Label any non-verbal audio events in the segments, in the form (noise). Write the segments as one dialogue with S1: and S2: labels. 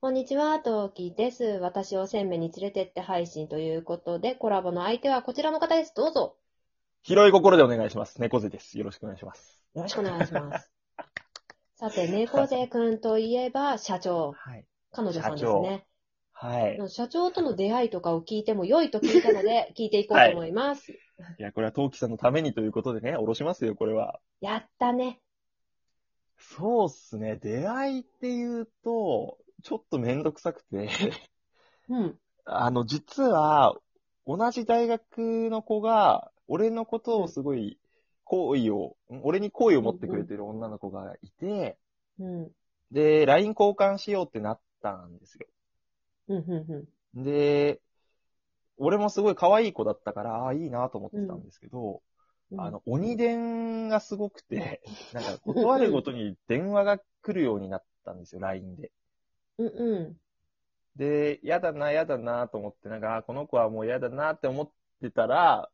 S1: こんにちは、トウキです。私を鮮明に連れてって配信ということで、コラボの相手はこちらの方です。どうぞ。
S2: 広い心でお願いします。猫背です。よろしくお願いします。
S1: よろしくお願いします。さて、猫背くんといえば、社長。
S2: はい。
S1: 彼女さんですね。
S2: はい。
S1: 社長との出会いとかを聞いても良いと聞いたので、聞いていこうと思います。
S2: いや、これはトウキさんのためにということでね、おろしますよ、これは。
S1: やったね。
S2: そうっすね。出会いっていうと、ちょっとめんどくさくて、
S1: うん。
S2: (laughs) あの、実は、同じ大学の子が、俺のことをすごい、好意を、ん俺に好意を持ってくれてる女の子がいて、
S1: うん。
S2: で、LINE 交換しようってなったんですよ。
S1: うん、うん、う
S2: で、俺もすごい可愛い子だったから、ああ、いいなと思ってたんですけど、
S1: ん。
S2: あの、鬼電がすごくて、 (laughs) なんか、断るごとに電話が来るようになったんですよ、LINE で。
S1: うん、う
S2: で、やだな、やだなと思って、なんか、あこの子はもうやだなって思ってたら、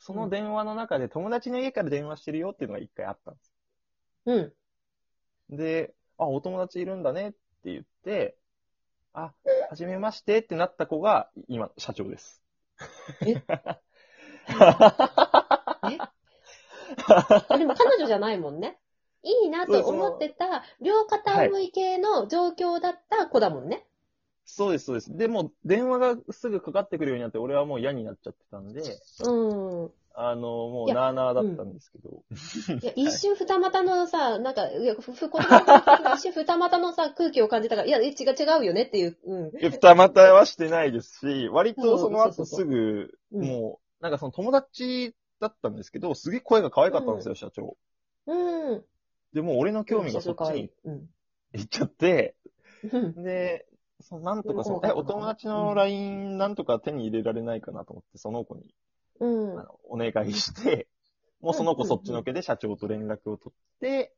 S2: その電話の中で友達の家から電話してるよっていうのが一回あったんです
S1: ん。うん。
S2: よ。で、あ、お友達いるんだねって言って、あ、はじめましてってなった子が、今、社長です。
S1: ええあでも彼女じゃないもんね。いいなと思ってた、両片思い系の状況だった子だもんね。
S2: そうです、そうです。でも、電話がすぐかかってくるようになって、俺はもう嫌になっちゃってたん
S1: う
S2: で、
S1: ん。
S2: あの、も、
S1: いうや
S2: なあなあだったんですけど。 (laughs)
S1: いや、一瞬二股のさ、なんか、いや、ふ、ふ、言葉が一瞬二股のさ、空気を感じたから、いや、違う、違うよねっていう、うん。
S2: いや、二股はしてないですし、割
S1: う
S2: と
S1: ん
S2: その
S1: そうそ
S2: 後
S1: うそ
S2: すぐ、
S1: うん
S2: もう、なんかその友達だったんですけど、すげえ声が可愛かったんですよ、社長。
S1: うん。
S2: で、もう俺の興味がそっちに
S1: うん。
S2: 行っちゃって、
S1: うん。
S2: で、そのなんとかその、
S1: うん
S2: え、お友達
S1: う
S2: の
S1: ん
S2: LINE なんとか手に入れられないかなと思って、その子に
S1: うん。
S2: あのお願いして、もうその子そっちのけで社長と連絡を取って、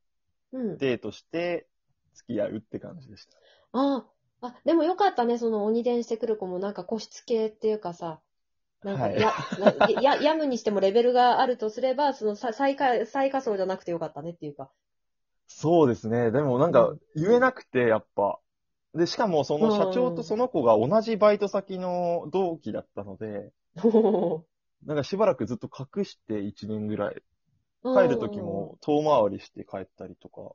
S1: うん。
S2: デートして、付き合うって感じでした。
S1: ああ、あ、でもよかったね、その鬼伝してくる子も、なんか個室系っていうかさ、なんか、
S2: はい
S1: や、なや、やむにしてもレベルがあるとすれば、そのさ最下、最下層じゃなくてよかったねっていうか。
S2: そうですね。でもなん
S1: う
S2: か
S1: ん、
S2: 言えなくて、やっぱ。で、しかもその社長とその子が同じバイト先の同期だったので、なんかしばらくずっと隠して1年ぐらい。帰る時も遠回りして帰ったりとか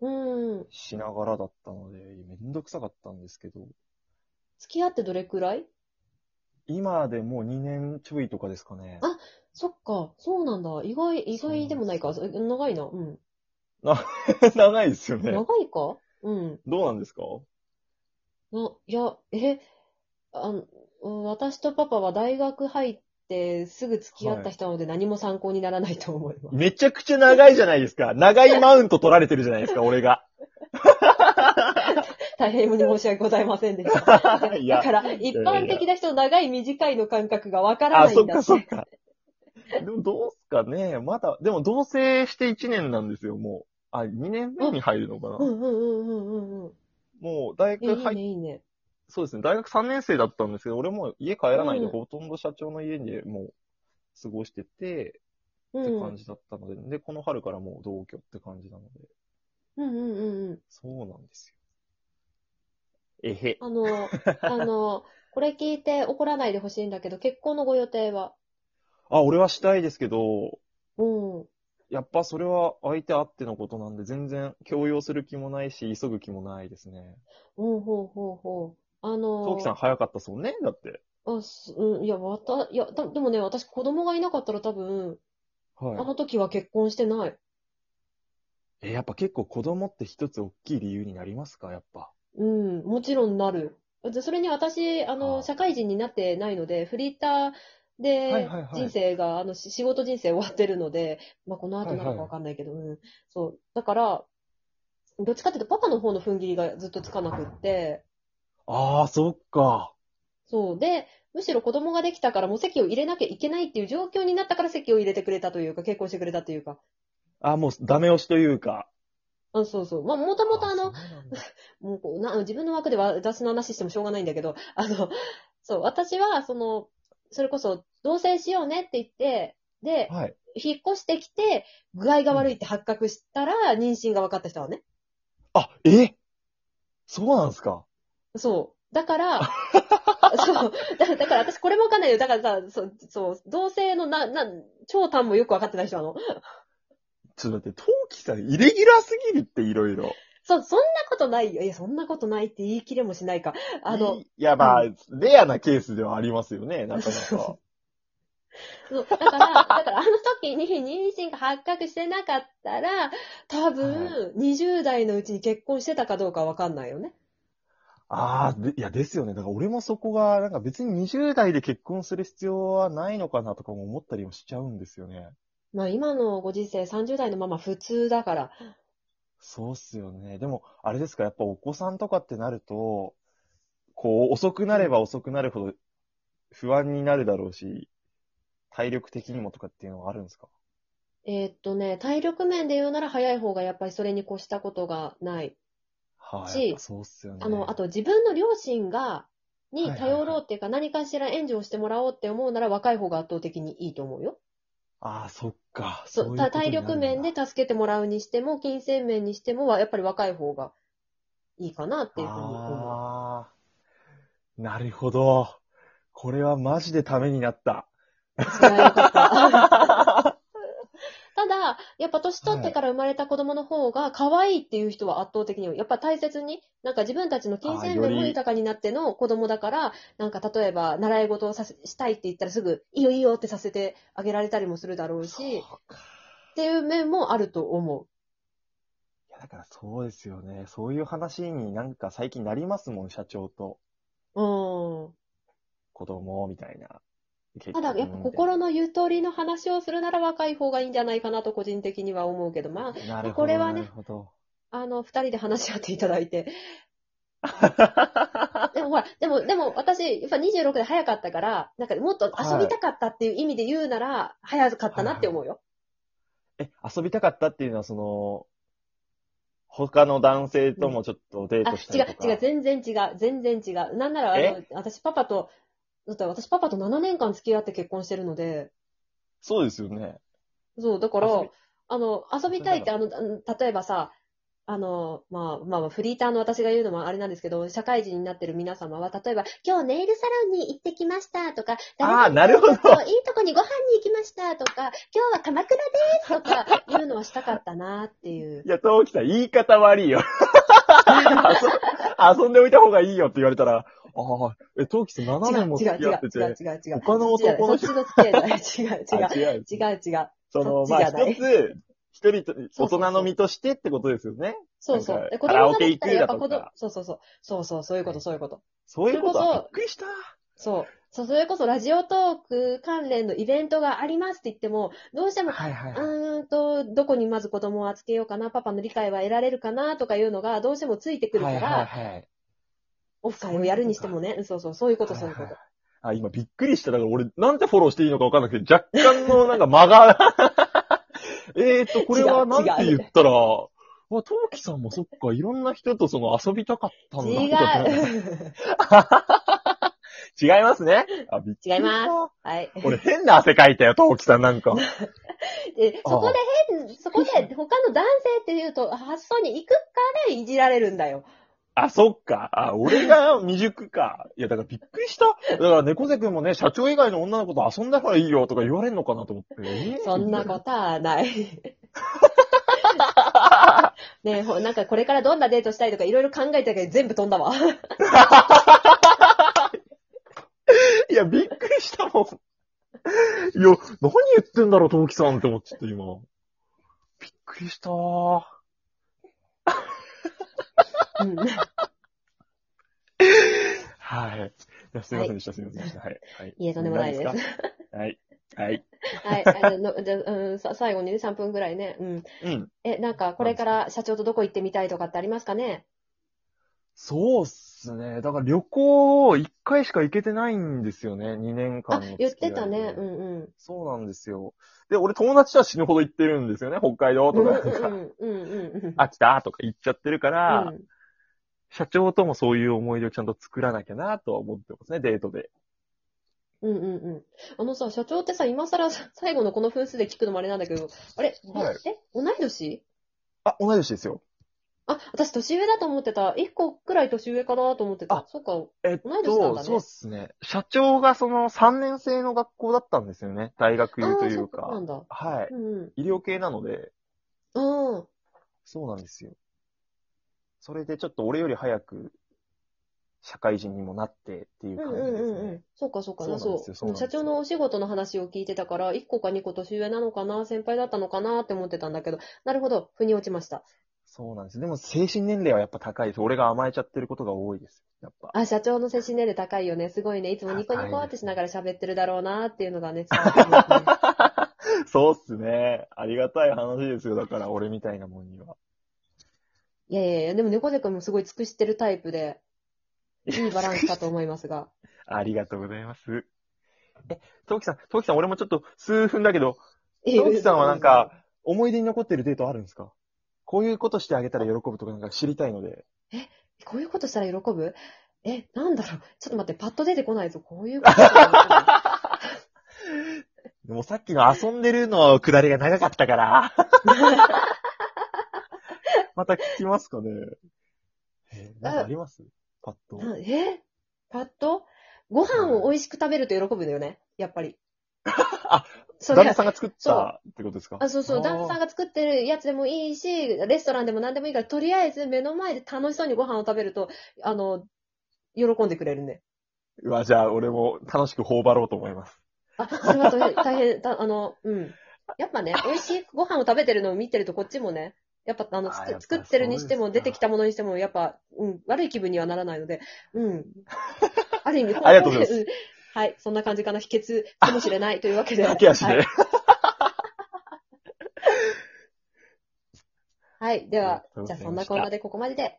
S1: うん。うん。
S2: しながらだったので、めんどくさかったんですけど、
S1: 付き合ってどれくらい
S2: 今でもう2年ちょいとかですかね。
S1: (laughs) あそっか、そうなんだ。意外、意外でもないか。
S2: そう
S1: 長いな。うん。
S2: 長いですよね。
S1: 長いかうん。
S2: どうなんですか
S1: ないや、え、あの、うん私とパパは大学入ってすぐ付き合った人なので何も参考にならないと思います。
S2: めちゃくちゃ長いじゃないですか。長いマウント取られてるじゃないですか、俺が。
S1: 大変に申し訳ございませんでした。
S2: (laughs) い
S1: だ
S2: や
S1: から、一般的な人の長い短いの感覚がわから
S2: あ、
S1: ない
S2: そ
S1: ん
S2: っ
S1: だ
S2: か
S1: っ。
S2: そってか。でもどうすかね、まだ、でも同棲して1年なんですよ、もう。あ、2年目に入るのかな。
S1: うんうんうんうんうんうん。
S2: もう大
S1: いや
S2: 学
S1: いい
S2: 入っ、
S1: ね、いいね。
S2: そうですね、大学3年生だったんですけど、俺も家帰らないで、ほとんど社長の家でもう過ごしてて、
S1: うん。
S2: って感じだったので、で、この春からもう同居って感じなので、
S1: うんうんうんうん。
S2: そうなんですよ。えへ。
S1: あ
S2: (laughs)
S1: の、あの、これ聞いて怒らないでほしいんだけど、結婚のご予定は
S2: あ、俺はしたいですけど、
S1: うん。
S2: やっぱそれは相手あってのことなんで、全然強要する気もないし、急ぐ気もないですね。
S1: うん、ほうほうほう。あのー、
S2: トウキさん早かったそうね、だって。
S1: あ、すうん、いや、わた、いや、た、でもね、私子供がいなかったら多分、あ
S2: はい。
S1: の時は結婚してない。
S2: えー、やっぱ結構子供って一つ大きい理由になりますか、やっぱ。
S1: うん、もちろんなる。でそれに私、あの、
S2: あー
S1: 社会人になってないので、フリーターで
S2: はいはいはい
S1: 人生が、あの、し仕事人生終わってるので、まあ、この後なの
S2: はい
S1: か
S2: はい
S1: わかんないけど、うん。そう。だから、どっちかっていうと、パパの方の踏ん切りがずっとつかなくって、
S2: ああ、そっか。
S1: そう。で、むしろ子供ができたからもう席を入れなきゃいけないっていう状況になったから席を入れてくれたというか、結婚してくれたというか。
S2: あーもうダメ押しというか。
S1: あそうそう。まあ、もともとあの、
S2: ー、そうなんだ
S1: もうこうな自分の枠では雑な話してもしょうがないんだけど、 (laughs) あの、そう、私は、その、それこそ、同棲しようねって言って、で、
S2: はい。
S1: 引っ越してきて、具合が悪いって発覚したら、妊娠が分かった人はね。
S2: あ、えそうなんですか。
S1: そう。だから、
S2: (laughs)
S1: そう。だだから私これもわかんないよ。だからさ、そう、そう、同性のな、な、長短もよくわかってない人なの。
S2: ちょっと待って、トウキさん、イレギュラーすぎるっていろいろ。
S1: そう、そんなことないよ。いや、そんなことないって言い切れもしないか。あの、
S2: いいや、まあ、レアなケースではありますよね、なかなか
S1: そ。そうだから、だからあの時に妊娠が発覚してなかったら、多分、20代のうちに結婚してたかどうかわかんないよね。
S2: ああ、でいや、ですよね。だから俺もそこが、なんか別に20代で結婚する必要はないのかなとかも思ったりもしちゃうんですよね。
S1: まあ今のご時世30代のまま普通だから。
S2: そうっすよね。でも、あれですか、やっぱお子さんとかってなると、こう、遅くなれば遅くなるほど不安になるだろうし、体力的にもとかっていうのはあるんですか
S1: えーっとね、体力面で言うなら早い方がやっぱりそれに越したことがない。
S2: は
S1: し
S2: い。やっぱそうっすよね。
S1: あの、あと自分の両親が、に
S2: はいはいはい
S1: 頼ろうっていうか、何かしら援助をしてもらおうって思うなら若い方が圧倒的にいいと思うよ。
S2: ああ、そっか。
S1: そう
S2: そういう
S1: た
S2: こと
S1: 体
S2: になるんだ
S1: 力面で助けてもらうにしても、金銭面にしてもは、やっぱり若い方がいいかなっていうふうに思う。
S2: ああ、なるほど。これはマジでために
S1: (laughs)
S2: なった。
S1: 使えなかった。ただ、やっぱ年取ってから生まれた子供の方が可愛いっていう人は圧倒的に多い、やっぱ大切に、なんか自分たちの金銭
S2: あー
S1: 面
S2: よ
S1: も
S2: り
S1: 豊かになっての子供だから、なんか例えば習い事をさせしたいって言ったらすぐ、いいよいいよってさせてあげられたりもするだろう
S2: そう
S1: し、っ
S2: か
S1: ていう面もあると思
S2: いやだからそうですよね。そういう話になんか最近なりますもん、社長と
S1: う。うん。
S2: 子供みたいな。
S1: ただ、やっぱ心のゆとりの話をするなら若い方がいいんじゃないかなと個人的には思うけど、まあ、
S2: なるほど
S1: これはね
S2: なるほど。
S1: あの、二人で話し合っていただいて。
S2: (laughs)
S1: でもほら、でも、でも私、やっぱ26で早かったから、なんかもっと遊びたかったっていう意味で言うなら、早かったなって思うよ。
S2: え、遊びたかったっていうのは、その、他の男性ともちょっとデートした
S1: あ、違
S2: りとか。
S1: う、違う、全然違う、全然違う。なんなら、あの
S2: え、
S1: 私パパと、だって私パパと7年間付き合って結婚してるので、
S2: そうですよね。
S1: そう、だから
S2: 遊び、
S1: あの、遊びたいって、あの、あの例えばさ、あの、まあ、まあまあ、フリーターの私が言うのもあれなんですけど、社会人になってる皆様は、例えば、今日ネイルサロンに行ってきましたとか、
S2: あー
S1: 誰々
S2: なるほど
S1: といいとこにご飯に行きましたとか、今日は鎌倉ですと
S2: (laughs)
S1: か、言うのはしたかったなっていう
S2: い。や、東きさん、言い方悪いよ。遊ん遊んでおいた方がいいよって言われたら、ああ、え、東きさん
S1: 違う
S2: 7年も
S1: 違
S2: 付
S1: う違
S2: き合っ
S1: う
S2: てて、
S1: 違う違う違う。
S2: 他の男の人
S1: そっちの付き合いだ。違う
S2: あ違う。
S1: 違う違う違う。
S2: その、
S1: そ
S2: ま
S1: っち
S2: あ、
S1: じゃない
S2: 一つ、一人と、
S1: そ
S2: 大
S1: うそう
S2: 人の身としてってことですよね。
S1: そうそ
S2: な。
S1: うん
S2: か
S1: で子供
S2: カラオ
S1: が
S2: ケ
S1: でき
S2: 行
S1: た
S2: く
S1: らやっ
S2: だ
S1: ぱ
S2: と
S1: 子供
S2: か、
S1: そうそうそう。そうそう、そういうこと、そういうこと。
S2: そういうこと
S1: それこ
S2: は
S1: そ
S2: びっくりした。
S1: そう。そう、それこそラジオトーク関連のイベントがありますって言っても、どうしても、
S2: はいはいうはい。
S1: ーんと、どこにまず子供を預けようかな、パパの理解は得られるかなとかいうのが、どうしてもついてくるか
S2: はい
S1: ら、
S2: はいはい。
S1: オフ会をやるにしてもね、そうそう、そういうこと、そういうこ
S2: はい
S1: と
S2: は。あ、今びっくりした。だから俺、なんてフォローしていいのかわかんなくて、若干のなんか間が。 (laughs) えーと、これはなんて言ったら、わ、トウキさんもそっか、いろんな人とその遊びたかったんだ。
S1: 違う。
S2: う。違いますね。あ、びっくりした
S1: 違いま (laughs) はい。
S2: 俺変な汗かいたよ、トウキさんなんか。
S1: で、そこで変、そこで他の男性っていうと、発想に行くからいじられるんだよ。
S2: あ、そっか。あ、俺が未熟か。いや、だからびっくりした。だから猫背くんもね、社長以外の女の子と遊んだからいいよとか言われんのかなと思って。えー
S1: そんなことはない。 (laughs) ねえほなんかこれからどんなデートしたいとかいろいろ考えたけど全部飛んだわ。
S2: いや、びっくりしたもん。いや、何言ってんだろう、トウキさんって思っちゃって、今。びっくりしたー。
S1: うん
S2: はい。いやすいませんでした、すいませんでした。はい。はい、
S1: いえとんでもないです
S2: 何すか。はい。はい。
S1: はい、あの、のじゃ、うん、さ、最後にね、3分ぐらいね。うん。
S2: うん。
S1: え、なんか、これから社長とどこ行ってみたいとかってありますかね
S2: そうっすね。だから旅行、一回しか行けてないんですよね、2年間
S1: あ
S2: の付、き合
S1: 言
S2: い
S1: っ
S2: で
S1: てたね。うんうん。
S2: そうなんですよ。で、俺友達とは死ぬほど行ってるんですよね、北海
S1: う
S2: 道
S1: ん
S2: と
S1: う
S2: か、
S1: んうんうんうん。
S2: 秋田とか行っちゃってるから、
S1: うん、
S2: 社長ともそういう思い出をちゃんと作らなきゃなとは思ってますね、デートで。
S1: うんうんうん。あのさ、社長ってさ、今更さ最後のこの分数で聞くのもあれなんだけど、あれ、
S2: はい
S1: え、同い年
S2: あ、同い年ですよ。
S1: あ、私年上だと思ってた。一個くらい年上かなと思ってた。
S2: あ
S1: そっか。
S2: えっ
S1: 同い年なんだ
S2: と、
S1: ね
S2: そうっすね。社長がその3年生の学校だったんですよね。大学
S1: あ
S2: 院
S1: あ
S2: と
S1: ー、
S2: い
S1: そうっか
S2: か。
S1: なんだ。
S2: は
S1: うんうん。
S2: い。医療系なので、
S1: あ
S2: そうなんですよ。それでちょっと俺より早く社会人にもなってっていう
S1: あ、うん
S2: 感
S1: う
S2: じ
S1: ん
S2: で
S1: う
S2: す
S1: んう
S2: ね
S1: ん。。そうかそうかな、
S2: そうなん
S1: そ
S2: ですよ
S1: う。
S2: そうなんですよ
S1: 社長のお仕事の話を聞いてたから、1個か2個年上なのかな、先輩だったのかなって思ってたんだけど、なるほど、腑に落ちました。
S2: そうなんです。でも精神年齢はやっぱ高いです。俺が甘えちゃってることが多いです。やっぱ。
S1: あ、社長の精神年齢高いよね。すごいね。いつもニコニコってしながら喋ってるだろうなっていうのがね、伝わってきますね
S2: そうっすね。ありがたい話ですよ。だから俺みたいなもんには。
S1: いやいやいや、でも猫背くんもすごい尽くしてるタイプで、いいバランスかと思いますが。
S2: ありがとうございます。え、トウキさん、トウキさん、俺もちょっと数分だけど、トウキさんはなんか、思い出に残ってるデートあるんですかこういうことしてあげたら喜ぶとかなんか知りたいので。
S1: こういうことしたら喜ぶえ、なんだろう。ちょっと待って、パッと出てこないぞ。こういうことしたら
S2: もうさっきの遊んでるのくだりが長かっ
S1: (laughs)
S2: たから。また聞きますかね。えなんかありますパッと
S1: 喜ぶ。。なえパッとご飯を美味しく食べると喜ぶんだよね。やっぱり。
S2: あ、
S1: そ
S2: 旦那
S1: れ
S2: さんが作ったってことですか
S1: あ、そうそう。旦那さん
S2: が。
S1: が作ってるやつでもいいし、レストランでも何でもいいから、とりあえず目の前で楽しそうにご飯を食べると、あの、喜んでくれるね。
S2: うわ、じゃあ俺も楽しく頬張ろうと思います。
S1: あ、それは大変、大変、たあの、うん。やっぱ
S2: (laughs)
S1: ね、美味しいご飯を食べてるのを見てると、こっちもね、やっぱ、あの、
S2: あ
S1: 作
S2: やっぱ
S1: 作ってるにして
S2: そ
S1: も、
S2: うです
S1: 出て
S2: か
S1: きたものにしても、やっぱ、うん、悪い気分にはならないので、
S2: (laughs)
S1: うん。ある意味、
S2: ありがとうございます
S1: んはい、そんな感じかな、秘訣かもしれないというわけで。
S2: 駆け足
S1: は
S2: で
S1: い。。はい、では
S2: ありがとう、ご
S1: じ
S2: ざ
S1: ゃあ
S2: いました
S1: そんなコーナーでここまでで、